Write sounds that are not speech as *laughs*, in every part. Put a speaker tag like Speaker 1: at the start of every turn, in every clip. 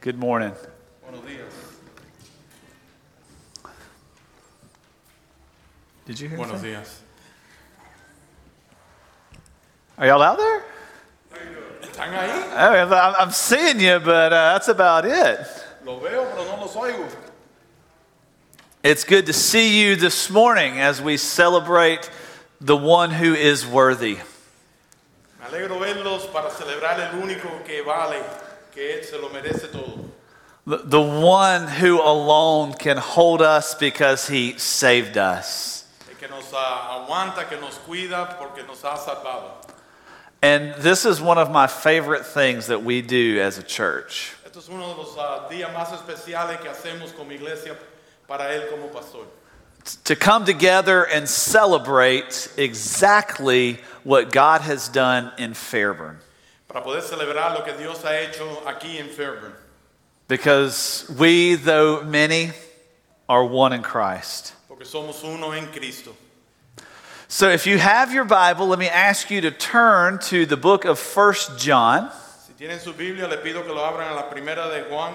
Speaker 1: Good morning. Did you hear
Speaker 2: Buenos
Speaker 1: anything?
Speaker 2: días.
Speaker 1: Are y'all out there?
Speaker 2: ¿Están ahí?
Speaker 1: Oh, I'm- I'm I'm seeing you, but uh, that's about it.
Speaker 2: Los veo, pero no los oigo.
Speaker 1: It's good to see you this morning as we celebrate the one who is worthy.
Speaker 2: Me alegro verlos para celebrar el único que vale, que Él se lo merece todo.
Speaker 1: The- The one who alone can hold us because he saved us.
Speaker 2: El que nos ah, aguanta, que nos cuida, porque nos ha salvado.
Speaker 1: And this is one of my favorite things that we do as a church.
Speaker 2: Esto es uno de los ah, días más especiales que hacemos como iglesia para Él como pastor.
Speaker 1: to come together and celebrate exactly what God has done in Fairburn.
Speaker 2: Para poder celebrar lo que Dios ha hecho aquí en Fairburn.
Speaker 1: Because we, though many, are one in Christ.
Speaker 2: Porque somos uno en Cristo.
Speaker 1: So if you have your Bible, let me ask you to turn to the book of 1 John.
Speaker 2: Si tienen su Biblia, les pido que lo abran a la primera de Juan,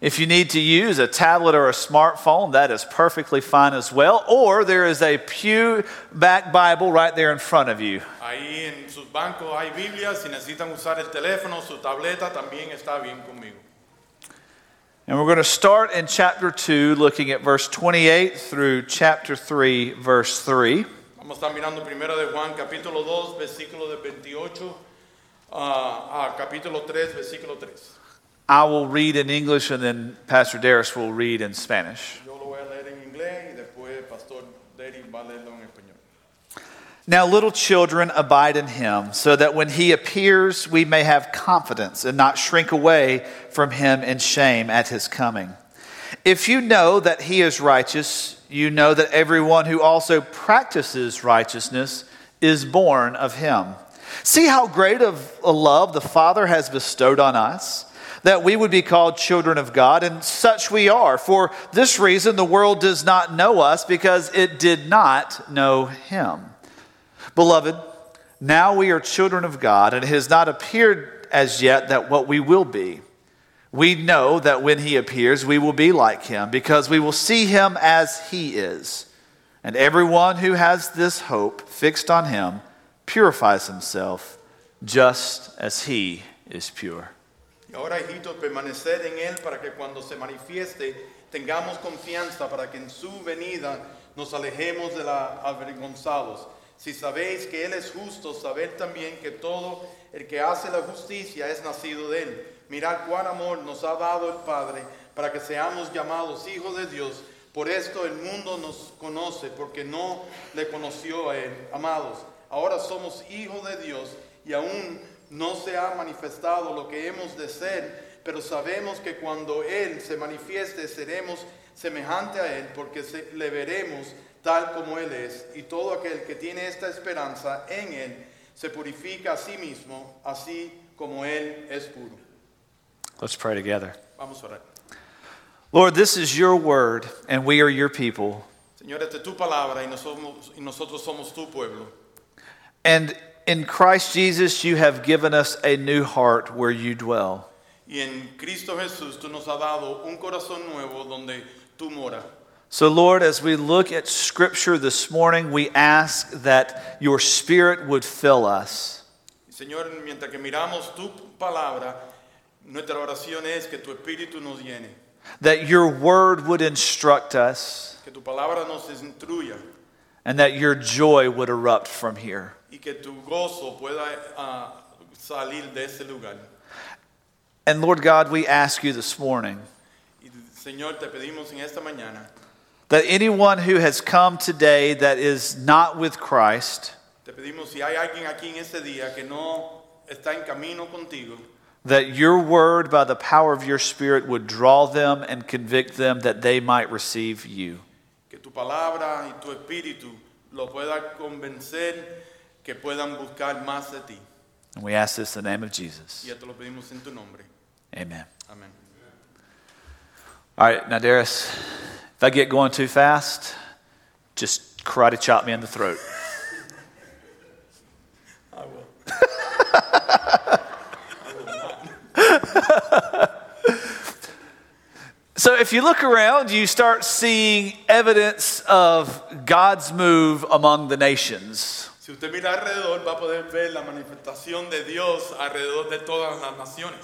Speaker 1: If you need to use a tablet or a smartphone, that is perfectly fine as well. Or there is a Pew Back Bible right there in front of you.
Speaker 2: Ahí en sus bancos hay Biblias, si necesitan usar el teléfono, su tableta, también está bien conmigo.
Speaker 1: And we're going to start in chapter 2, looking at verse 28 through chapter 3, verse 3.
Speaker 2: Vamos a estar mirando primero de Juan capítulo 2, versículo de 28 ah, a capítulo 3, versículo 3.
Speaker 1: I will read in English and then Pastor Darris will read in Spanish.
Speaker 2: Yo lo voy a leer en inglés y después el pastor Derry va a leerlo en español.
Speaker 1: Now, little children, abide in him, so that when he appears, we may have confidence and not shrink away from him in shame at his coming. If you know that he is righteous, you know that everyone who also practices righteousness is born of him. See how great of a love the Father has bestowed on us, that we would be called children of God, and such we are. For this reason, the world does not know us because it did not know him. Beloved, now we are children of God, and it has not appeared as yet that what we will be. We know that when he appears, we will be like him, because we will see him as he is. And everyone who has this hope fixed on him purifies himself just as he is pure.
Speaker 2: Y ahora, hijitos, permanecer en Él para que cuando se manifieste tengamos confianza para que en su venida nos alejemos de la avergonzados. Si sabéis que Él es justo, saber también que todo el que hace la justicia es nacido de Él. Mirad cuán amor nos ha dado el Padre para que seamos llamados hijos de Dios. Por esto el mundo nos conoce, porque no le conoció a Él. Amados, ahora somos hijos de Dios y aún no se ha manifestado lo que hemos de ser, pero sabemos que cuando Él se manifieste seremos semejante a Él, porque se- le veremos tal como Él es. Y todo aquel que tiene esta esperanza en Él se purifica a sí mismo, así como Él es puro.
Speaker 1: Let's pray together.
Speaker 2: Vamos a orar.
Speaker 1: Lord, this is your word, and we are your people.
Speaker 2: Señor, esta es tu palabra y nosotros, y nosotros somos tu pueblo.
Speaker 1: And in Christ Jesus, you have given us a new heart where you dwell.
Speaker 2: Y en Cristo Jesús tú nos has dado un corazón nuevo donde tú moras.
Speaker 1: So, Lord, as we look at Scripture this morning, we ask that your Spirit would fill us,
Speaker 2: Señor, mientras que miramos tu palabra, nuestra oración es que tu espíritu nos llene,
Speaker 1: that your word would instruct us,
Speaker 2: que tu palabra nos instruya
Speaker 1: and that your joy would erupt from here.
Speaker 2: y que tu gozo pueda ah, salir de ese lugar.
Speaker 1: And, Lord God, we ask you this morning
Speaker 2: Y Señor, te pedimos en esta mañana,
Speaker 1: that anyone who has come today that is not with Christ,
Speaker 2: te pedimos si hay alguien aquí en este día que no está en camino contigo,
Speaker 1: that your word, by the power of your Spirit, would draw them and convict them that they might receive you.
Speaker 2: que tu palabra y tu espíritu lo pueda convencer que puedan buscar más de ti.
Speaker 1: And we ask this in the name of
Speaker 2: Y
Speaker 1: Jesus.
Speaker 2: esto lo pedimos en tu nombre.
Speaker 1: Amen.
Speaker 2: Amén.
Speaker 1: All right, now, Darius, if I get going too fast, just karate chop me in the throat. *laughs* if you look around, you start seeing evidence of God's move among the nations.
Speaker 2: Si usted mira alrededor, va a poder ver la manifestación de Dios alrededor de todas las naciones.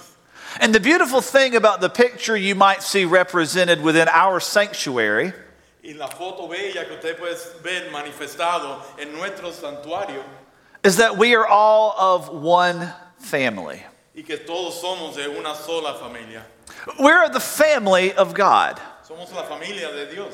Speaker 1: And the beautiful thing about the picture you might see represented within our sanctuary
Speaker 2: Y la foto bella que usted puede ver manifestado en nuestro santuario
Speaker 1: is that we are all of one family.
Speaker 2: y que todos somos de una sola familia.
Speaker 1: We're the family of God.
Speaker 2: Somos la familia de Dios.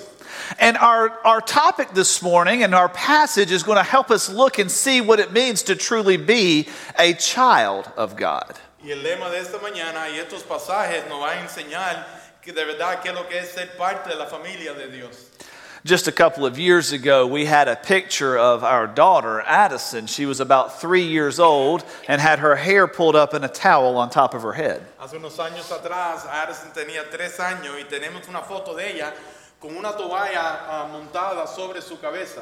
Speaker 1: And our, our topic this morning and our passage is going to help us look and see what it means to truly be a child of God.
Speaker 2: Y el lema de esta mañana y estos pasajes nos va a enseñar que de verdad qué es lo que es ser parte de la familia de Dios.
Speaker 1: Just a couple of years ago, we had a picture of our daughter, Addison. She was about three years old and had her hair pulled up in a towel on top of her head.
Speaker 2: Hace unos años atrás, Addison tenía tres años y tenemos una foto de ella con una toalla ah, montada sobre su cabeza.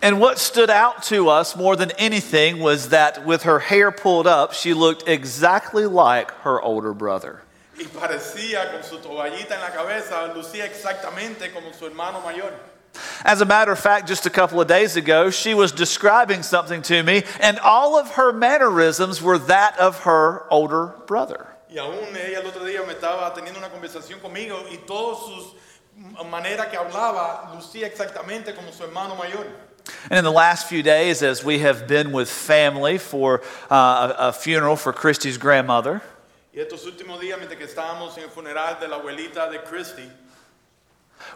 Speaker 1: And what stood out to us more than anything was that with her hair pulled up, she looked exactly like her older brother.
Speaker 2: Y parecía con su toallita en la cabeza, lucía exactamente como su hermano mayor.
Speaker 1: As a matter of fact, just a couple of days ago, she was describing something to me, and all of her mannerisms were that of her older brother.
Speaker 2: Y aún ella el otro día me estaba teniendo una conversación conmigo y todas sus maneras que hablaba lucía exactamente como su hermano mayor.
Speaker 1: And in the last few days, as we have been with family for uh, a, a funeral for Christy's grandmother,
Speaker 2: Y estos últimos días, mientras que estábamos en el funeral de la abuelita de Christy,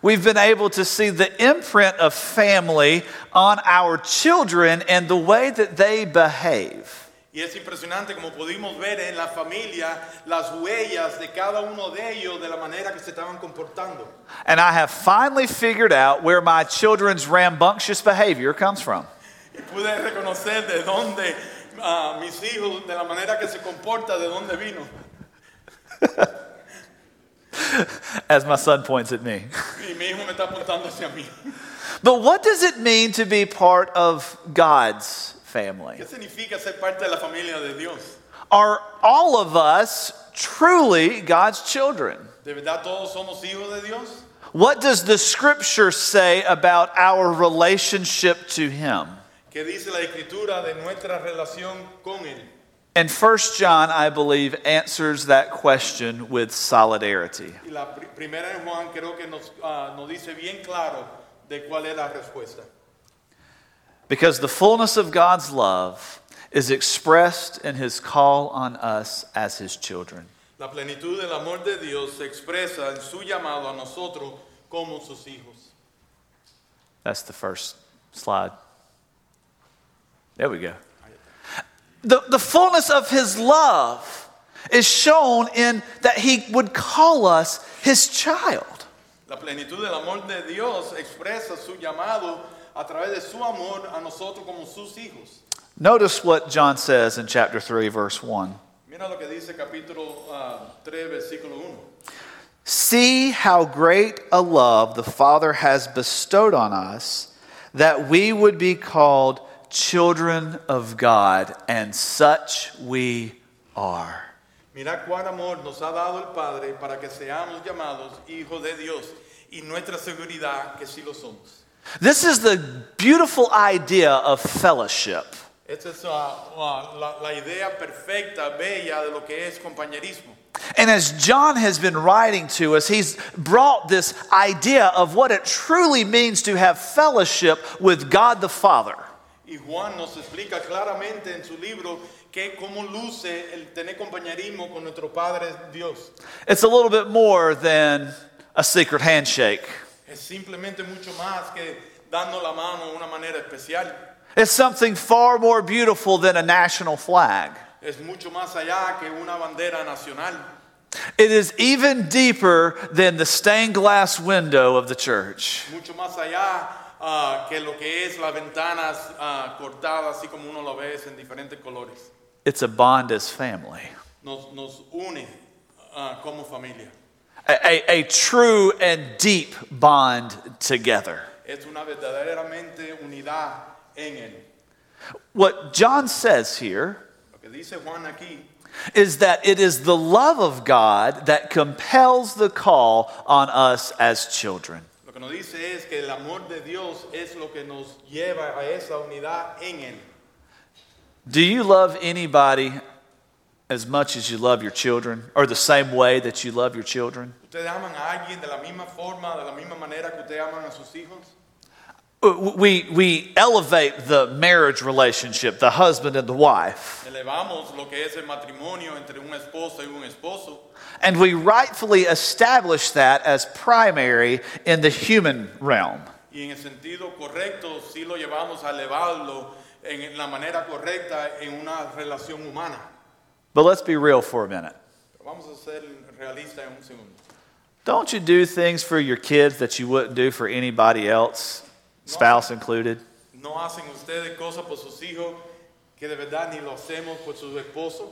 Speaker 1: we've been able to see the imprint of family on our children and the way that they behave.
Speaker 2: y es impresionante como pudimos ver en la familia las huellas de cada uno de ellos de la manera que se estaban comportando.
Speaker 1: And I have finally figured out where my children's rambunctious behavior comes from.
Speaker 2: Y pude reconocer de dónde ah, mis hijos, de la manera que se comporta, de dónde vino.
Speaker 1: as my son points at me.
Speaker 2: Y mi hijo me está apuntando hacia mí.
Speaker 1: But what does it mean to be part of God's family?
Speaker 2: ¿Qué significa ser parte de la familia de Dios?
Speaker 1: Are all of us truly God's children?
Speaker 2: ¿De verdad todos somos hijos de Dios?
Speaker 1: What does the scripture say about our relationship to Him?
Speaker 2: ¿Qué dice la escritura de nuestra relación con Él?
Speaker 1: And 1 John, I believe, answers that question with solidarity.
Speaker 2: Y la pri- primera de Juan creo que nos, ah, nos dice bien claro de cuál es la respuesta.
Speaker 1: Because the fullness of God's love is expressed in His call on us as His children.
Speaker 2: La plenitud del amor de Dios se expresa en su llamado a nosotros como sus hijos.
Speaker 1: That's the first slide. There we go. The, the fullness of his love is shown in that he would call us his child.
Speaker 2: La plenitud del amor de Dios expresa su llamado a través de su amor a nosotros como sus hijos.
Speaker 1: Notice what John says in chapter 3, verse 1.
Speaker 2: Mira lo que dice capítulo ah, 3, versículo 1.
Speaker 1: See how great a love the Father has bestowed on us that we would be called children of God, and such we are.
Speaker 2: Mirad cuál amor nos ha dado el Padre para que seamos llamados hijos de Dios y nuestra seguridad que sí lo somos.
Speaker 1: This is the beautiful idea of fellowship.
Speaker 2: Esta es ah, ah, la, la idea perfecta, bella de lo que es compañerismo.
Speaker 1: And as John has been writing to us, he's brought this idea of what it truly means to have fellowship with God the Father.
Speaker 2: Y Juan nos explica claramente en su libro que cómo luce el tener compañerismo con nuestro Padre Dios.
Speaker 1: It's a little bit more than a secret handshake,
Speaker 2: Es simplemente mucho más que dando la mano de una manera especial.
Speaker 1: it's something far more beautiful than a national flag.
Speaker 2: Es mucho más allá que una bandera nacional.
Speaker 1: It is even deeper than the stained glass window of the church.
Speaker 2: mucho más allá ah, que lo que es las ventanas ah, cortadas, así como uno lo ve es en diferentes colores.
Speaker 1: It's a bond as family.
Speaker 2: Nos, nos une ah, como familia.
Speaker 1: a, a, a true and deep bond together.
Speaker 2: Es una verdaderamente unidad en él.
Speaker 1: What John says here
Speaker 2: Lo que dice Juan aquí
Speaker 1: is that it is the love of God that compels the call on us as children.
Speaker 2: Lo que nos dice es que el amor de Dios es lo que nos lleva a esa unidad en Él.
Speaker 1: Do you love anybody as much as you love your children or the same way that you love your children?
Speaker 2: ¿Ustedes aman a alguien de la misma forma, de la misma manera que ustedes aman a sus hijos?
Speaker 1: Uh, We, we elevate the marriage relationship, the husband and the wife,
Speaker 2: Elevamos lo que es el matrimonio entre un esposo y un esposo
Speaker 1: and we rightfully establish that as primary in the human realm.
Speaker 2: y en el sentido correcto sí lo llevamos a elevarlo en la manera correcta en una relación humana.
Speaker 1: But let's be real for a minute.
Speaker 2: Pero vamos a ser realistas en un segundo.
Speaker 1: Don't you do things for your kids that you wouldn't do for anybody else, spouse included?
Speaker 2: ¿No hacen ustedes cosas por sus hijos que de verdad ni lo hacemos por sus esposos?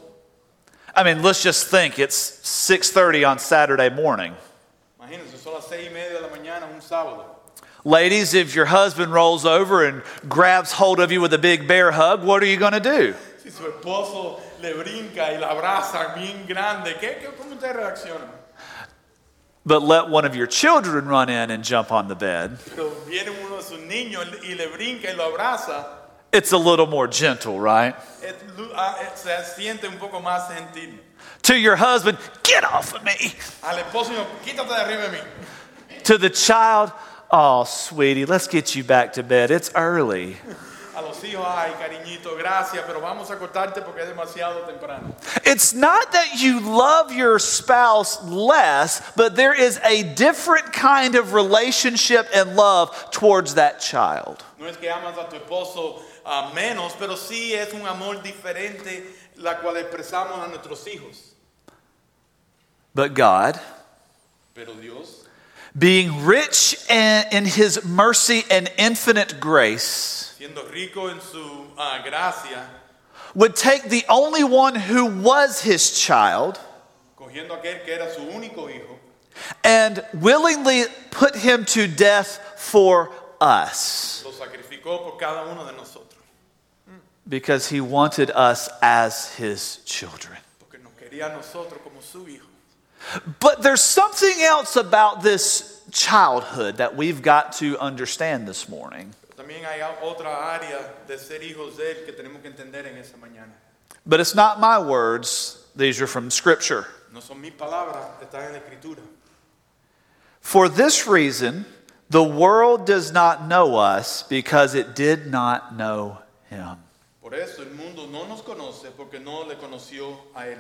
Speaker 1: I mean, let's just think it's 6:30 on Saturday morning.
Speaker 2: Imagínense, son las seis y media de la mañana un sábado.
Speaker 1: Ladies, if your husband rolls over and grabs hold of you with a big bear hug, what are you going to do?
Speaker 2: Si su esposo le brinca y la abraza bien grande, ¿qué, qué, ¿cómo ustedes reaccionan?
Speaker 1: But let one of your children run in and jump on the bed.
Speaker 2: Pero viene uno de sus niños y le brinca y lo abraza,
Speaker 1: It's a little more gentle, right?
Speaker 2: es lu- ah, eh, se siente un poco más gentil.
Speaker 1: To your husband, get off of me.
Speaker 2: Al esposo, digo, quítate de arriba de mí.
Speaker 1: To the child, oh, sweetie, let's get you back to bed. It's early.
Speaker 2: A los hijos, ay, cariñito, gracias, pero vamos a cortarte porque es demasiado temprano.
Speaker 1: It's not that you love your spouse less, but there is a different kind of relationship and love towards that child.
Speaker 2: No es que amas a tu esposo a menos, pero sí es un amor diferente la cual expresamos a nuestros hijos.
Speaker 1: But God,
Speaker 2: Pero Dios,
Speaker 1: being rich in, in his mercy and infinite grace,
Speaker 2: siendo rico en su ah, gracia,
Speaker 1: would take the only one who was his child
Speaker 2: cogiendo a aquel que era su único hijo,
Speaker 1: and willingly put him to death for us
Speaker 2: lo sacrificó por cada uno de nosotros,
Speaker 1: because he wanted us as his children.
Speaker 2: porque nos quería a nosotros como su hijo.
Speaker 1: But there's something else about this childhood that we've got to understand this morning.
Speaker 2: Pero también hay a- otra área de ser hijos de él que tenemos que entender en esta mañana.
Speaker 1: But it's not my words, these are from Scripture.
Speaker 2: No son mis palabras, están en la escritura.
Speaker 1: For this reason, the world does not know us because it did not know him.
Speaker 2: Por eso el mundo no nos conoce porque no le conoció a él.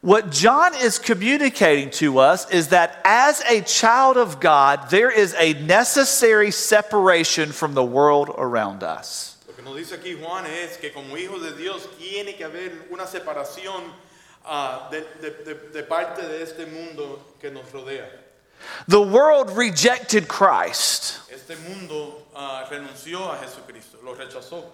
Speaker 1: What John is communicating to us is that as a child of God, there is a necessary separation from the world around us.
Speaker 2: Lo que nos dice aquí Juan es que como hijos de Dios tiene que haber una separación ah, de, de- de- de parte de este mundo que nos rodea.
Speaker 1: The world rejected Christ.
Speaker 2: Este mundo ah, renunció a Jesucristo, lo rechazó.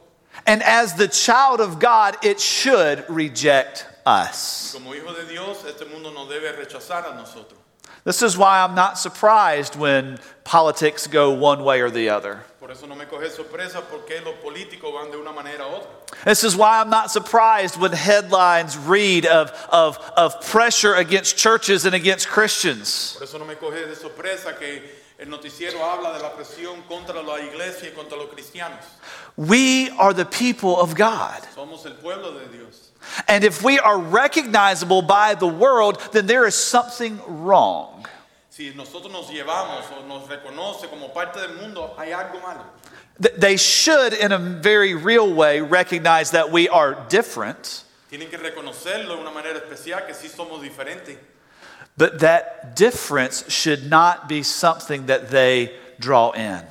Speaker 1: And as the child of God, it should reject us.
Speaker 2: Como hijos de Dios, este mundo nos debe rechazar a nosotros.
Speaker 1: This is why I'm not surprised when politics go one way or the other.
Speaker 2: Por eso no me coge sorpresa porque los políticos van de una manera a otra.
Speaker 1: This is why I'm not surprised when headlines read of, of, of pressure against churches and against Christians.
Speaker 2: Por eso no me coge de sorpresa que el noticiero habla de la presión contra la iglesia y contra los cristianos.
Speaker 1: We are the people of God.
Speaker 2: Somos el pueblo de Dios.
Speaker 1: And if we are recognizable by the world, then there is something wrong.
Speaker 2: Si nosotros nos llevamos o nos reconoce como parte del mundo, hay algo malo.
Speaker 1: Th- They should, in a very real way, recognize that we are different.
Speaker 2: Tienen que reconocerlo de una manera especial, que sí somos diferentes.
Speaker 1: But that difference should not be something that they draw in.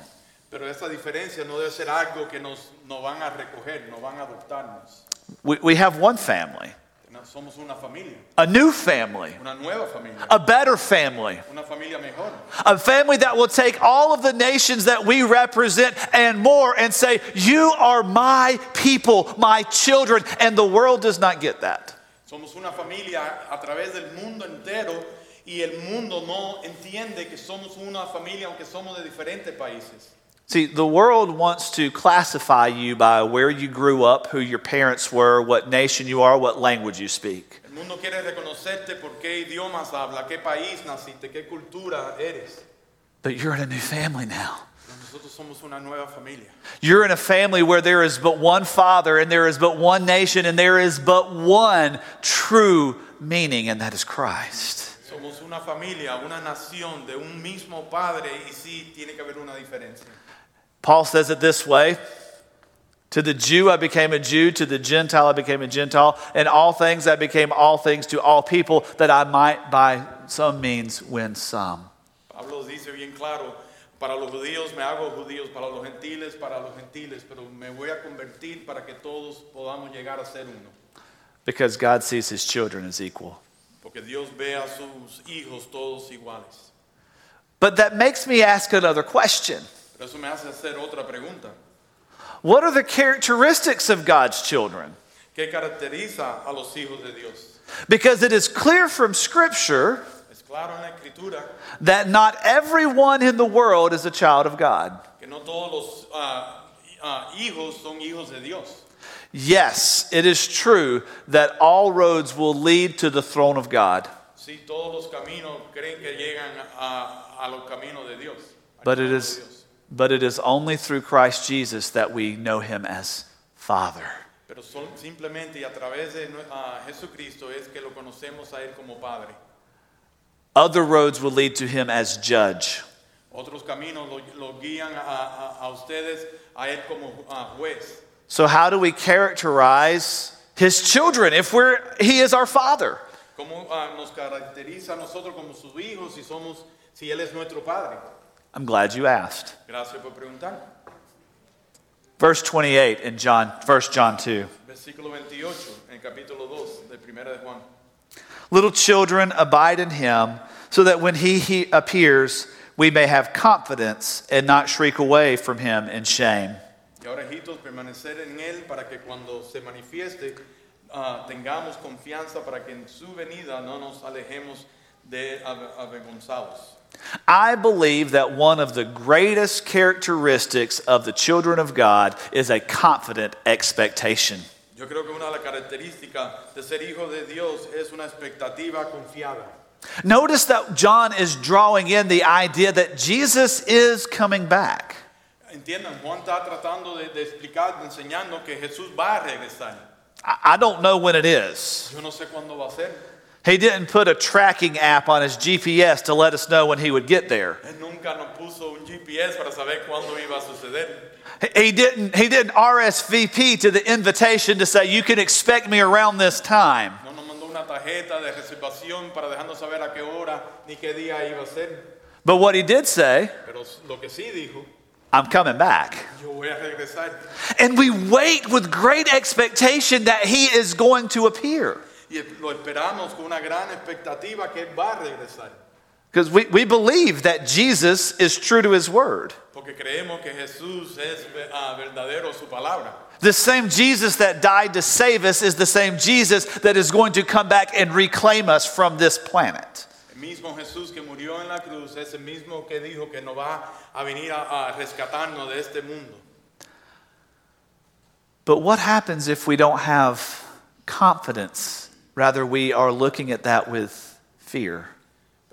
Speaker 2: Pero esa diferencia no debe ser algo que nos, nos van a recoger, nos van a adoptarnos.
Speaker 1: We, we have one family,
Speaker 2: No, Somos una familia,
Speaker 1: a new family,
Speaker 2: una nueva familia,
Speaker 1: a better family,
Speaker 2: una familia mejor.
Speaker 1: a family that will take all of the nations that we represent and more and say, You are my people, my children. And the world does not get that.
Speaker 2: Somos una familia a través del mundo entero y el mundo no entiende que somos una familia aunque somos de diferentes países.
Speaker 1: See, the world wants to classify you by where you grew up, who your parents were, what nation you are, what language you speak.
Speaker 2: El mundo quiere reconocerte por qué idiomas habla, qué país naciste, qué cultura eres.
Speaker 1: But you're in a new family now.
Speaker 2: Pero Nosotros somos una nueva familia.
Speaker 1: You're in a family where there is but one father, and there is but one nation, and there is but one true meaning, and that is Christ.
Speaker 2: Somos una familia, una nación de un mismo padre y sí tiene que haber una diferencia.
Speaker 1: Paul says it this way To the Jew I became a Jew, to the Gentile I became a Gentile, and all things I became all things to all people, that I might by some means win some.
Speaker 2: Pablo dice bien claro, para los judíos me hago judíos, para los gentiles, para los gentiles, pero me voy a convertir para que todos podamos llegar a ser uno.
Speaker 1: Because God sees his children as equal.
Speaker 2: Porque Dios ve a sus hijos todos iguales.
Speaker 1: But that makes me ask another question
Speaker 2: Pero eso me hace hacer otra pregunta.
Speaker 1: What are the characteristics of God's children?
Speaker 2: ¿Qué caracteriza a los hijos de Dios?
Speaker 1: Because it is clear from Scripture
Speaker 2: Es claro en la escritura
Speaker 1: that not everyone in the world is a child of God.
Speaker 2: que no todos los ah, ah, hijos son hijos de Dios.
Speaker 1: Yes, it is true that all roads will lead to the throne of God,
Speaker 2: Sí, todos los caminos creen que llegan a, a los caminos de Dios. al
Speaker 1: but it
Speaker 2: camino de
Speaker 1: is,
Speaker 2: Dios.
Speaker 1: but it is only through Christ Jesus that we know him as Father.
Speaker 2: Pero son- simplemente y a través de nue- a Jesucristo es que lo conocemos a Él como Padre.
Speaker 1: Other roads will lead to him as judge.
Speaker 2: Otros caminos lo, lo guían a, a- a ustedes a Él como ah, juez.
Speaker 1: So, how do we characterize his children if we're, he is our Father?
Speaker 2: ¿Cómo ah, nos caracteriza a nosotros como sus hijos si, somos, si Él es nuestro Padre?
Speaker 1: I'm glad you asked.
Speaker 2: Gracias por preguntar.
Speaker 1: Verse 28 in John, 1 John 2.
Speaker 2: Versículo 28, en el capítulo 2 de 1 de Juan.
Speaker 1: Little children, abide in him, so that when he, he appears, we may have confidence and not shriek away from him in shame.
Speaker 2: Y ahora, hijitos, permanecer en Él para que cuando se manifieste ah, tengamos confianza para que en su venida no nos alejemos de ave- avergonzados.
Speaker 1: I believe that one of the greatest characteristics of the children of God is a confident expectation.
Speaker 2: Yo creo que una de las características de ser hijo de Dios es una expectativa confiada.
Speaker 1: Notice that John is drawing in the idea that Jesus is coming back.
Speaker 2: Entiendan, Juan está tratando de, de explicar, de enseñando que Jesús va a regresar.
Speaker 1: I I don't know when it is.
Speaker 2: Yo no sé cuándo va a ser.
Speaker 1: He didn't put a tracking app on his GPS to let us know when he would get there.
Speaker 2: Él nunca nos puso un GPS para saber cuándo iba a suceder.
Speaker 1: He didn't, he didn't RSVP to the invitation to say, you can expect me around this time.
Speaker 2: No nos mandó una tarjeta de reservación para dejarnos saber a qué hora ni qué día iba a ser.
Speaker 1: But what he did say,
Speaker 2: Pero lo que sí dijo,
Speaker 1: I'm coming back.
Speaker 2: yo voy a regresar.
Speaker 1: And we wait with great expectation that he is going to appear.
Speaker 2: Y lo esperamos con una gran expectativa que Él va a regresar.
Speaker 1: Because we, we believe that Jesus is true to his word.
Speaker 2: Porque creemos que Jesús es ve- ah, verdadero su palabra.
Speaker 1: The same Jesus that died to save us is the same Jesus that is going to come back and reclaim us from this planet.
Speaker 2: El mismo Jesús que murió en la cruz es el mismo que dijo que nos va a venir a, a rescatarnos de este mundo.
Speaker 1: But what happens if we don't have confidence? Rather, we are looking at that with fear.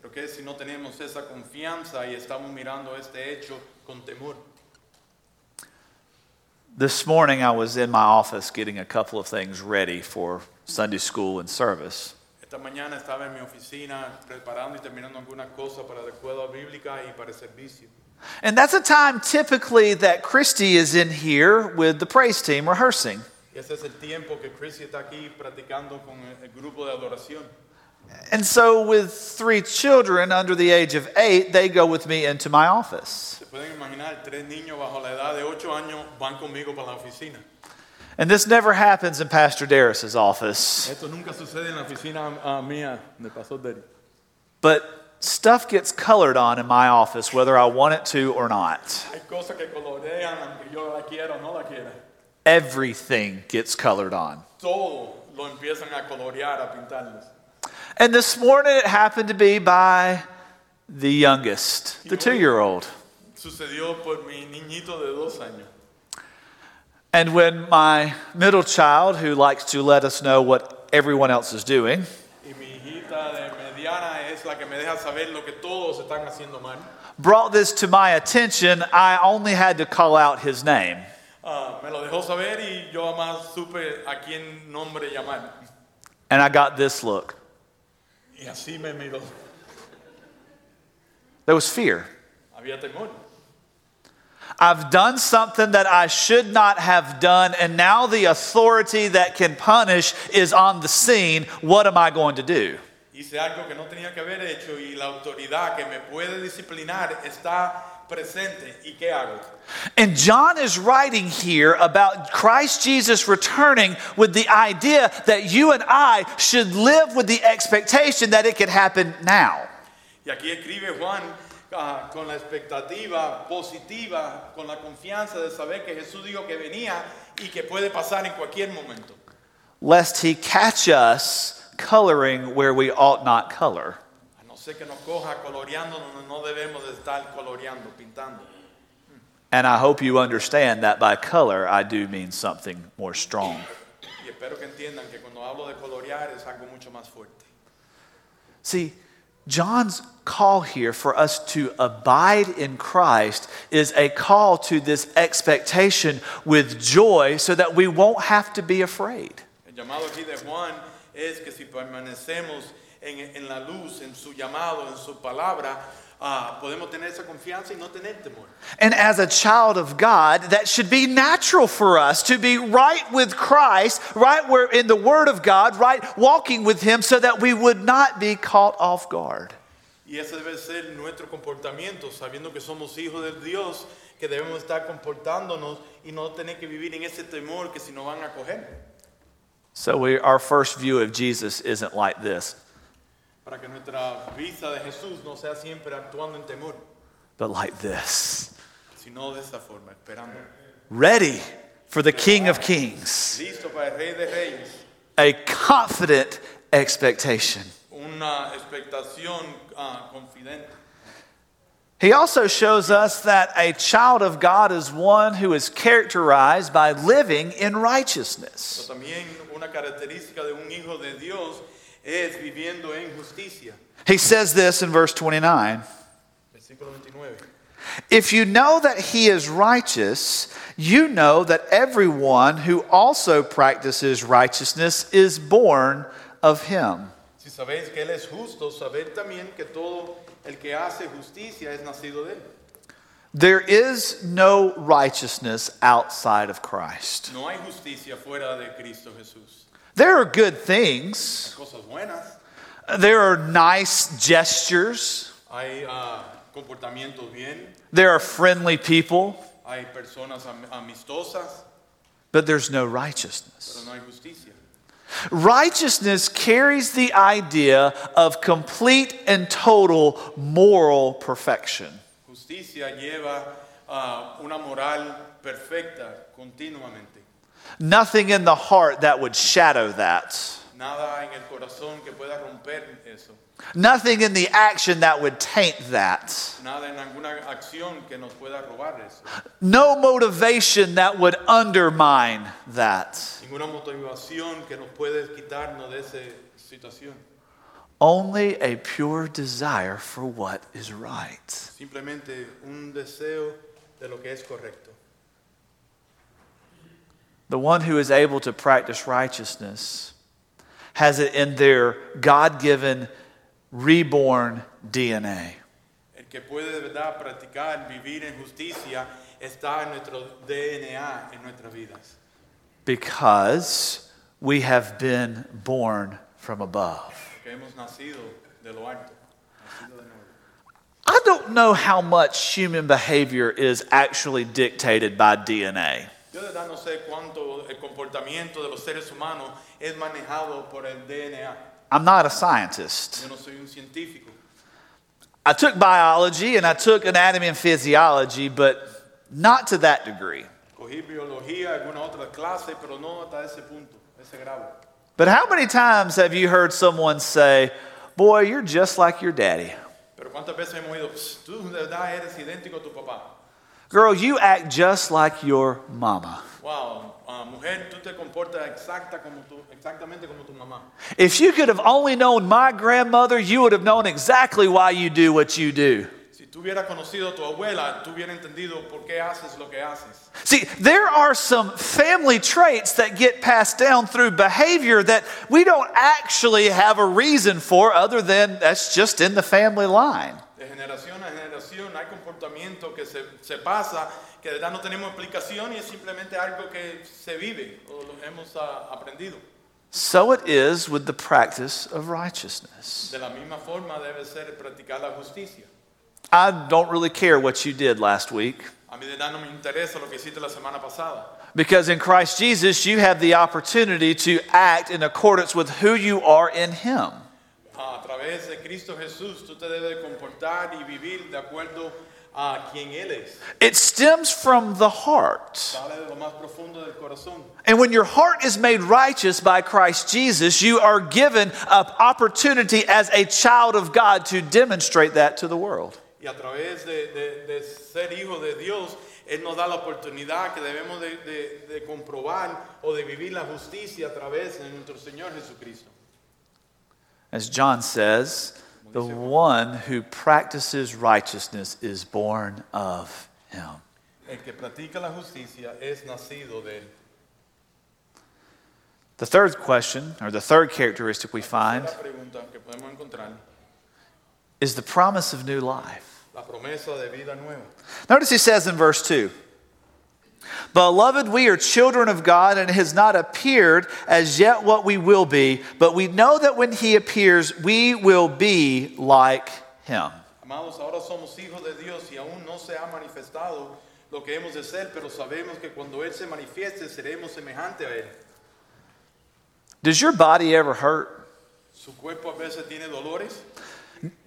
Speaker 2: Pero que si no tenemos esa confianza y estamos mirando este hecho con temor.
Speaker 1: This morning, I was in my office getting a couple of things ready for Sunday school and service.
Speaker 2: Esta mañana estaba en mi oficina preparando y terminando algunas cosas para la escuela bíblica y para el servicio.
Speaker 1: And that's a time typically that Christy is in here with the praise team rehearsing.
Speaker 2: Y ese es el tiempo que Chris está aquí practicando con el- el grupo de adoración.
Speaker 1: And so, with three children under the age of eight, they go with me into my office.
Speaker 2: Se pueden imaginar, tres niños bajo la edad de 8 años van conmigo para la oficina.
Speaker 1: And this never happens in Pastor Darris's office,
Speaker 2: Esto nunca sucede en la oficina ah, mía, me pasó Derry.
Speaker 1: but stuff gets colored on in my office whether I want it to or not.
Speaker 2: Hay cosas que colorean, aunque yo la quiera o no la quiera.
Speaker 1: everything gets colored on.
Speaker 2: Todo lo empiezan a colorear, a pintarlos.
Speaker 1: And this morning it happened to be by the youngest, the two year old.
Speaker 2: sucedió por mi niñito de dos años.
Speaker 1: And when my middle child, who likes to let us know what everyone else is doing,
Speaker 2: Y mi hijita de mediana es la que me deja saber lo que todos están haciendo mal.
Speaker 1: brought this to my attention, I only had to call out his name.
Speaker 2: Ah, me lo dejó saber y yo además supe a quién nombre llamar.
Speaker 1: And I got this look.
Speaker 2: Y así me miró.
Speaker 1: There was fear.
Speaker 2: Había temor.
Speaker 1: I've done something that I should not have done, and now the authority that can punish is on the scene. What am I going to do?
Speaker 2: Hice algo que no tenía que haber hecho y la autoridad que me puede disciplinar está presente. ¿Y qué hago?
Speaker 1: And John is writing here about Christ Jesus returning with the idea that you and I should live with the expectation that it could happen now.
Speaker 2: Y aquí escribe Juan ah, con la expectativa positiva, con la confianza de saber que Jesús dijo que venía y que puede pasar en cualquier momento.
Speaker 1: lest he catch us coloring where we ought not color.
Speaker 2: A no ser que nos coja coloreando donde no debemos de estar coloreando, pintando.
Speaker 1: And I hope you understand that by color, I do mean something more strong.
Speaker 2: Y espero que entiendan que cuando hablo de colorear es algo mucho más fuerte.
Speaker 1: See, John's call here for us to abide in Christ is a call to this expectation with joy so that we won't have to be afraid.
Speaker 2: El llamado aquí de Juan es que si permanecemos en, en la luz, en su llamado, en su palabra, ah, podemos tener esa confianza y no tener temor.
Speaker 1: And as a child of God, that should be natural for us to be right with Christ, right where in the Word of God, right walking with Him, so that we would not be caught off guard.
Speaker 2: Y ese debe ser nuestro comportamiento, sabiendo que somos hijos de Dios, que debemos estar comportándonos y no tener que vivir en ese temor que si nos van a coger.
Speaker 1: So we, our first view of Jesus isn't like this,
Speaker 2: Para que nuestra vista de Jesús no sea siempre actuando en temor,
Speaker 1: but like this
Speaker 2: sino de esa forma, esperando.
Speaker 1: ready for the King of Kings,
Speaker 2: Listo para el Rey de Reyes.
Speaker 1: a confident expectation.
Speaker 2: una expectación ah, confidente.
Speaker 1: He also shows us that a child of God is one who is characterized by living in righteousness.
Speaker 2: Pero también una característica de un hijo de Dios es viviendo en justicia.
Speaker 1: He says this in verse 29
Speaker 2: Versículo 29.
Speaker 1: If you know that he is righteous, you know that everyone who also practices righteousness is born of him.
Speaker 2: Si sabéis que Él es justo, sabed también que todo el que hace justicia es nacido de Él.
Speaker 1: There is no righteousness outside of Christ.
Speaker 2: No hay justicia fuera de Cristo Jesús.
Speaker 1: There are good things,
Speaker 2: Cosas buenas,
Speaker 1: there are nice gestures,
Speaker 2: hay ah, comportamientos bien,
Speaker 1: there are friendly people,
Speaker 2: hay personas am- amistosas,
Speaker 1: but there's no righteousness.
Speaker 2: pero no hay justicia.
Speaker 1: Righteousness carries the idea of complete and total moral perfection.
Speaker 2: Justicia lleva a una moral perfecta continuamente.
Speaker 1: Nothing in the heart that would shadow that.
Speaker 2: Nada en el corazón que pueda romper eso.
Speaker 1: Nothing in the action that would taint that.
Speaker 2: Nada en alguna acción que nos pueda robar eso.
Speaker 1: No motivation that would undermine that.
Speaker 2: Ninguna motivación que nos puede quitarnos de esa situación.
Speaker 1: Only a pure desire for what is right.
Speaker 2: Simplemente un deseo de lo que es correcto.
Speaker 1: The one who is able to practice righteousness has it in their God given, reborn DNA.
Speaker 2: El que puede de verdad practicar, vivir en justicia, está en nuestro DNA, en nuestras vidas.
Speaker 1: Because we have been born from above.
Speaker 2: Porque hemos nacido de lo alto. Nacido de nuevo.
Speaker 1: I don't know how much human behavior is actually dictated by DNA.
Speaker 2: Yo de verdad no sé cuánto el comportamiento de los seres humanos es manejado por el DNA.
Speaker 1: I'm not a scientist.
Speaker 2: Yo no soy un científico.
Speaker 1: I took biology and I took anatomy and physiology, but not to that degree.
Speaker 2: Cogí biología, alguna otra clase, pero no hasta ese punto, ese grado.
Speaker 1: But how many times have you heard someone say, Boy, you're just like your daddy?
Speaker 2: Pero cuántas ¿Cuántas veces hemos oído, "Pss, tú de verdad eres idéntico a tu papá?
Speaker 1: Girl, you act just like your mama.
Speaker 2: Wow, ah, mujer, tú te comportas exacta como tu, exactamente como tu mamá.
Speaker 1: If you could have only known my grandmother, you would have known exactly why you do what you do.
Speaker 2: Si tú hubieras conocido a tu abuela, tú hubieras entendido por qué haces lo que haces.
Speaker 1: See, there are some family traits that get passed down through behavior that we don't actually have a reason for other than that's just in the family line.
Speaker 2: De generación a generación hay comportamiento que se, se pasa, que de verdad no tenemos explicación y es simplemente algo que se vive o lo hemos ah, aprendido.
Speaker 1: So it is with the practice of righteousness.
Speaker 2: De la misma forma debe ser practicar la justicia.
Speaker 1: I don't really care what you did last week
Speaker 2: A mí de verdad no me interesa lo que hiciste la semana pasada,
Speaker 1: because in Christ Jesus, you have the opportunity to act in accordance with who you are in Him.
Speaker 2: A través de Cristo Jesús tú te debes comportar y vivir de acuerdo a quien Él es.
Speaker 1: It stems from the heart.
Speaker 2: Sale de lo más profundo del corazón.
Speaker 1: And when your heart is made righteous by Christ Jesus, you are given an opportunity as a child of God to demonstrate that to the world.
Speaker 2: Y a través de, de- de ser hijo de Dios, Él nos da la oportunidad que debemos de, de- de comprobar o de vivir la justicia a través de nuestro Señor Jesucristo.
Speaker 1: As John says, the one who practices righteousness is born of him.
Speaker 2: El que practica la justicia es nacido de Él.
Speaker 1: The third question, or the third characteristic we find,
Speaker 2: La pregunta que podemos encontrar,
Speaker 1: is the promise of new life.
Speaker 2: la promesa de vida nueva.
Speaker 1: Notice he says in verse 2 Beloved, we are children of God, and it has not appeared as yet what we will be, but we know that when he appears, we will be like him.
Speaker 2: Amados, ahora somos hijos de Dios y aún no se ha manifestado lo que hemos de ser, pero sabemos que cuando Él se manifieste seremos semejante a Él.
Speaker 1: Does your body ever hurt?
Speaker 2: Su cuerpo a veces tiene dolores.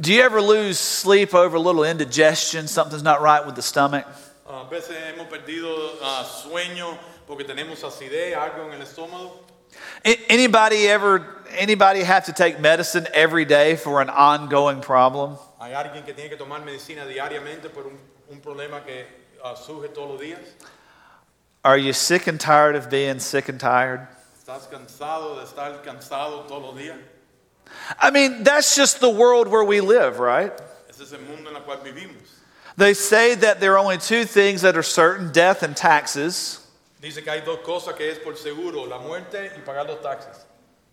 Speaker 1: Do you ever lose sleep over a little indigestion? Something's not right with the stomach?
Speaker 2: A veces hemos perdido ah, sueño porque tenemos acidez, algo en el estómago.
Speaker 1: A- Anybody ever anybody have to take medicine every day for an ongoing problem?
Speaker 2: Hay alguien que tiene que tomar medicina diariamente por un, un problema que ah, surge todos los días.
Speaker 1: Are you sick and tired of being sick and tired?
Speaker 2: Estás cansado de estar cansado todos los días.
Speaker 1: I mean, that's just the world where we live, right?
Speaker 2: Ese es el mundo en el cual vivimos.
Speaker 1: They say that there are only two things that are certain death and taxes,
Speaker 2: Dice que hay dos cosas que es por seguro, la muerte y pagar los taxes.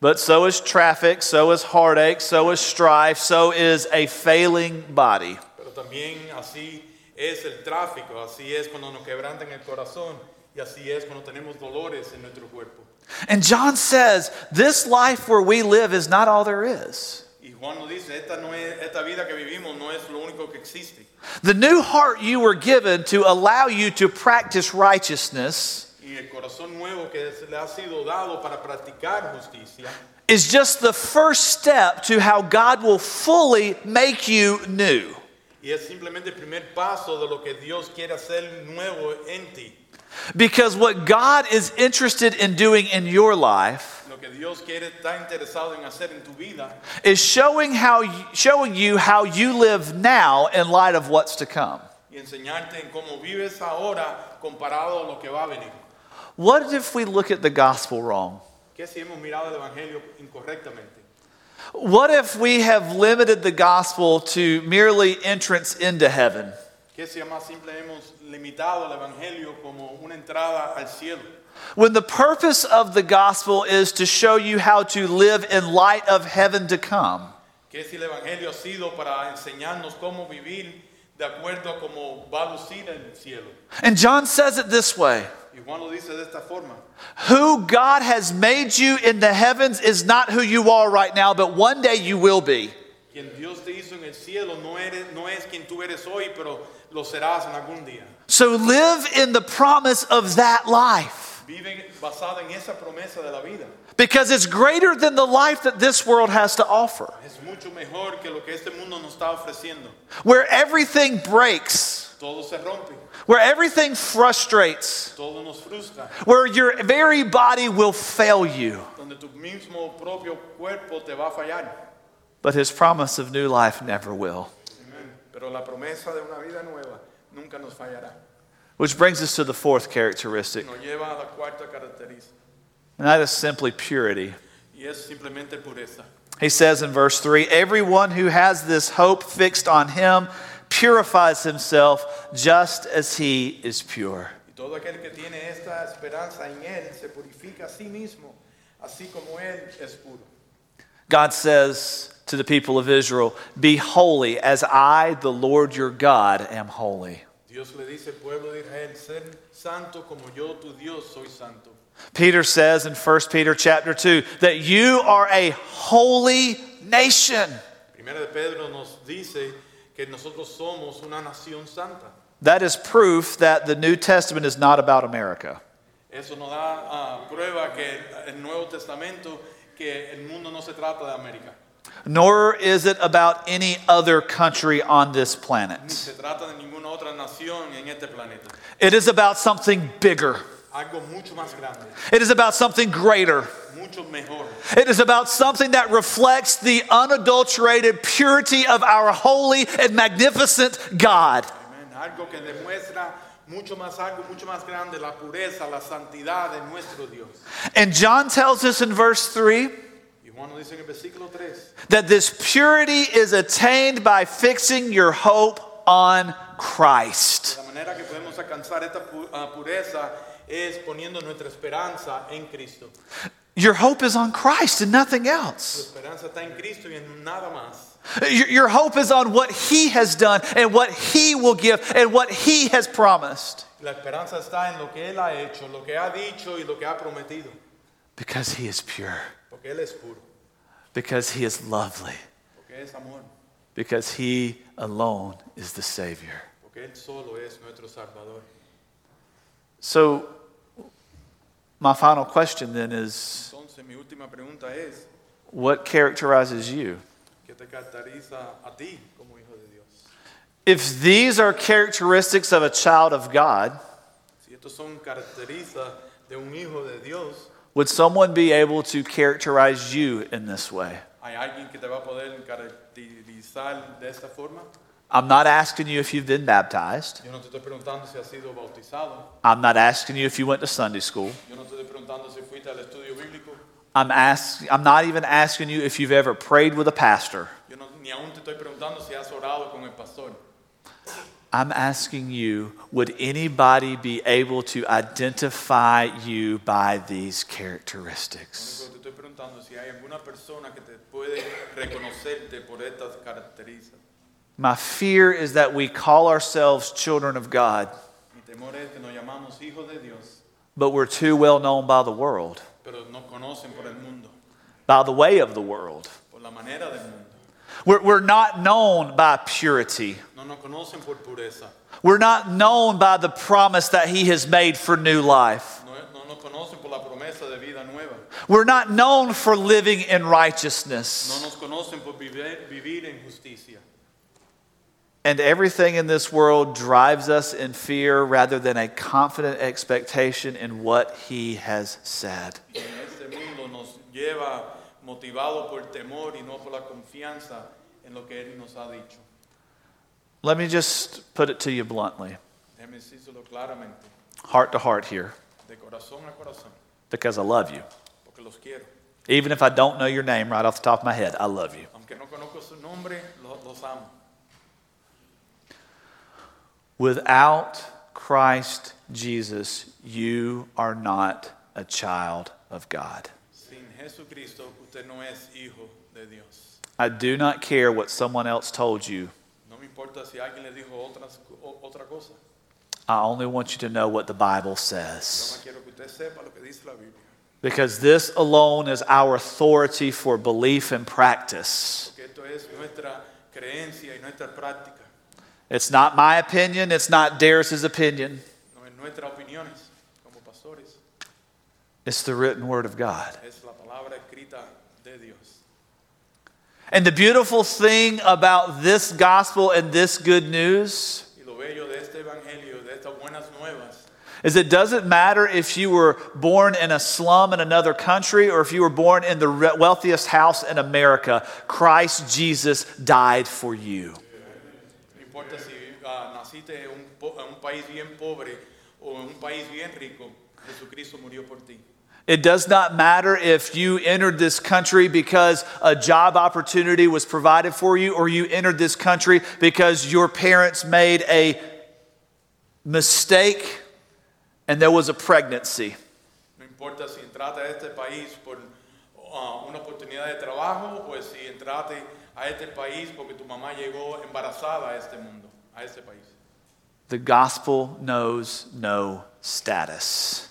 Speaker 1: but so is traffic, so is heartache, so is strife, so is a failing body.
Speaker 2: Pero también así es el tráfico, así es cuando nos quebrantan el corazón y así es cuando tenemos dolores en nuestro cuerpo.
Speaker 1: And John says, this life where we live is not all there is.
Speaker 2: Y Juan nos dice, esta, no es, esta vida que vivimos no es lo único que existe.
Speaker 1: The new heart you were given to allow you to practice righteousness
Speaker 2: Y el corazón nuevo que se le ha sido dado para practicar justicia
Speaker 1: is just the first step to how God will fully make you new.
Speaker 2: y es simplemente el primer paso de lo que Dios quiere hacer nuevo en ti.
Speaker 1: Because what God is interested in doing in your life
Speaker 2: Lo que Dios quiere está interesado en hacer en tu vida
Speaker 1: is showing how you, showing you how you live now in light of what's to come.
Speaker 2: y enseñarte en cómo vives ahora comparado a lo que va a venir.
Speaker 1: What if we look at the gospel wrong?
Speaker 2: ¿Qué si hemos mirado el Evangelio incorrectamente?
Speaker 1: What if we have limited the gospel to merely entrance into heaven?
Speaker 2: que si más simple hemos limitado el evangelio como una entrada al cielo.
Speaker 1: When the purpose of the gospel is to show you how to live in light of heaven to come.
Speaker 2: Que si el evangelio ha sido para enseñarnos cómo vivir de acuerdo a cómo va a lucir el cielo.
Speaker 1: And John says it this way
Speaker 2: Y Juan lo dice de esta forma.
Speaker 1: Who God has made you in the heavens is not who you are right now, but one day you will be.
Speaker 2: Quien Dios te hizo en el cielo no, eres, no es quien tú eres hoy, pero lo serás en algún día.
Speaker 1: So live in the promise of that life
Speaker 2: Vive basado en esa promesa de la vida.
Speaker 1: because it's greater than the life that this world has to offer,
Speaker 2: Es mucho mejor que lo que este mundo nos está ofreciendo.
Speaker 1: where everything breaks,
Speaker 2: Todo se rompe,
Speaker 1: where everything frustrates,
Speaker 2: todo nos frustra,
Speaker 1: where your very body will fail you.
Speaker 2: donde tu mismo propio cuerpo te va a fallar.
Speaker 1: But his promise of new life never will.
Speaker 2: Amén. pero la promesa de una vida nueva nunca nos fallará.
Speaker 1: Which brings us to the fourth characteristic,
Speaker 2: Nos lleva a la cuarta característica
Speaker 1: and that is simply purity.
Speaker 2: y es simplemente pureza.
Speaker 1: He says in verse 3 Everyone who has this hope fixed on him purifies himself just as he is pure.
Speaker 2: Y todo aquel que tiene esta esperanza en Él se purifica a sí mismo, así como Él es puro.
Speaker 1: God says to the people of Israel, Be holy as I, the Lord your God, am holy.
Speaker 2: Dios le dice, pueblo de Israel, ser santo como yo, tu Dios, soy santo.
Speaker 1: Peter says in 1 Peter chapter 2 that you are a holy nation.
Speaker 2: Primero de Pedro nos dice que nosotros somos una nación santa.
Speaker 1: That is proof that the New Testament is not about America.
Speaker 2: Eso nos da ah, prueba que el Nuevo Testamento, que el mundo no se trata de América,
Speaker 1: Nor is it about any other country on this
Speaker 2: ni
Speaker 1: planet.
Speaker 2: se trata de ninguna otra nación en este planeta.
Speaker 1: It is about something bigger.
Speaker 2: Algo mucho más grande,
Speaker 1: It is about something greater.
Speaker 2: mucho mejor.
Speaker 1: It is about something that reflects the unadulterated purity of our holy and magnificent God.
Speaker 2: Amén. Algo que demuestra mucho más algo, mucho más grande, la pureza, la santidad de nuestro Dios.
Speaker 1: And John tells us in verse 3
Speaker 2: Y Juan nos dice en el versículo 3,
Speaker 1: that this purity is attained by fixing your hope on Christ.
Speaker 2: la manera que podemos alcanzar esta pu- ah, pureza es poniendo nuestra esperanza en Cristo.
Speaker 1: Your hope is on Christ and nothing
Speaker 2: Tu
Speaker 1: else.
Speaker 2: esperanza está en Cristo y en nada más.
Speaker 1: Your, your hope is on what He has done and what He will give and what He has promised
Speaker 2: La esperanza está en lo que Él ha hecho, lo que ha dicho y lo que ha prometido.
Speaker 1: because He is pure,
Speaker 2: Porque Él es puro,
Speaker 1: because He is lovely,
Speaker 2: porque es amor,
Speaker 1: because He alone is the Savior.
Speaker 2: porque Él solo es nuestro Salvador.
Speaker 1: So, my final question then is
Speaker 2: Entonces mi última pregunta es,
Speaker 1: what characterizes you?
Speaker 2: ¿qué te caracteriza a ti como hijo de Dios?
Speaker 1: If these are characteristics of a child of God,
Speaker 2: Si estos son características de un hijo de Dios,
Speaker 1: would someone be able to characterize you in this way?
Speaker 2: ¿hay alguien que te va a poder caracterizar de esta forma?
Speaker 1: I'm not asking you if you've been baptized.
Speaker 2: Yo no te estoy preguntando si has sido bautizado.
Speaker 1: I'm not asking you if you went to Sunday school.
Speaker 2: Yo no te estoy preguntando si fuiste al estudio bíblico.
Speaker 1: I'm, ask, I'm not even asking you if you've ever prayed with a pastor.
Speaker 2: Yo no- ni aún te estoy preguntando si has orado con el pastor.
Speaker 1: I'm asking you, would anybody be able to identify you by these characteristics?
Speaker 2: Lo único que te estoy preguntando es si hay alguna persona que te puede reconocerte por estas características.
Speaker 1: My fear is that we call ourselves children of God,
Speaker 2: Mi temor es que nos llamamos hijos de Dios,
Speaker 1: but we're too well known by the world,
Speaker 2: pero nos conocen por el mundo,
Speaker 1: by the way of the world.
Speaker 2: por la manera del mundo.
Speaker 1: We're, we're not known by purity.
Speaker 2: No nos conocen por pureza.
Speaker 1: We're not known by the promise that He has made for new life.
Speaker 2: No, no nos conocen por la promesa de vida nueva.
Speaker 1: We're not known for living in
Speaker 2: No
Speaker 1: righteousness.
Speaker 2: nos conocen por vive- vivir en justicia.
Speaker 1: And everything in this world drives us in fear rather than a confident expectation in what He has said.
Speaker 2: Y en este mundo nos lleva motivado por temor y no por la confianza en lo que Él nos ha dicho.
Speaker 1: Let me just put it to you bluntly,
Speaker 2: Déjeme decírselo claramente,
Speaker 1: heart to heart here,
Speaker 2: de corazón a corazón,
Speaker 1: because I love you.
Speaker 2: porque los quiero.
Speaker 1: Even if I don't know your name right off the top of my head, I love you.
Speaker 2: Aunque no conozco su nombre, lo- los amo.
Speaker 1: Without Christ Jesus, you are not a child of God.
Speaker 2: Sin Jesucristo, usted no es hijo de Dios.
Speaker 1: I do not care what someone else told you.
Speaker 2: No me importa si alguien le dijo otras, o- otra cosa.
Speaker 1: I only want you to know what the Bible
Speaker 2: Yo
Speaker 1: says.
Speaker 2: más quiero que usted sepa lo que dice la Biblia.
Speaker 1: Because this alone is our authority for belief and practice.
Speaker 2: Que esto es nuestra creencia y nuestra práctica,
Speaker 1: It's not my opinion, it's not Darius's opinion.
Speaker 2: no es nuestras opiniones como pastores.
Speaker 1: It's the written word of God.
Speaker 2: es la palabra escrita de Dios.
Speaker 1: And the beautiful thing about this gospel and this good news
Speaker 2: Y lo bello de este evangelio, de estas buenas nuevas,
Speaker 1: is it doesn't matter if you were born in a slum in another country or if you were born in the re- wealthiest house in America, Christ Jesus died for you.
Speaker 2: no importa si ah, naciste en un, po- en un país bien pobre o en un país bien rico, Jesucristo murió por ti.
Speaker 1: It does not matter if you entered this country because a job opportunity was provided for you or you entered this country because your parents made a mistake and there was a pregnancy.
Speaker 2: No importa si entraste a este país por ah, una oportunidad de trabajo o si entraste a este país porque tu mamá llegó embarazada a este mundo, a este país.
Speaker 1: The gospel knows no status.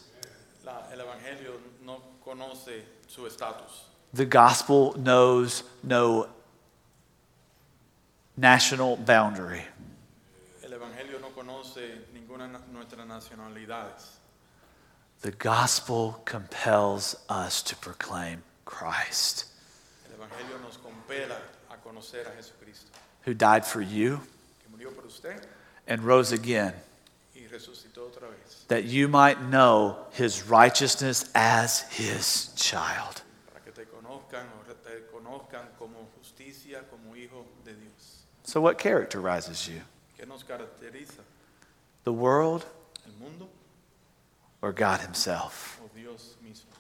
Speaker 2: La- el Evangelio no conoce su estatus.
Speaker 1: The gospel knows no national boundary.
Speaker 2: El Evangelio no conoce ninguna de nuestras nacionalidades.
Speaker 1: The gospel compels us to proclaim Christ,
Speaker 2: El Evangelio nos compela a conocer a Jesucristo,
Speaker 1: who died for you
Speaker 2: que murió por usted
Speaker 1: and rose again,
Speaker 2: y resucitó otra vez,
Speaker 1: that you might know his righteousness as his child.
Speaker 2: para que te conozcan o re- te conozcan como justicia, como hijo de Dios.
Speaker 1: So, what characterizes you?
Speaker 2: ¿Qué nos caracteriza?
Speaker 1: The world
Speaker 2: ¿El mundo
Speaker 1: or God himself?
Speaker 2: o Dios mismo?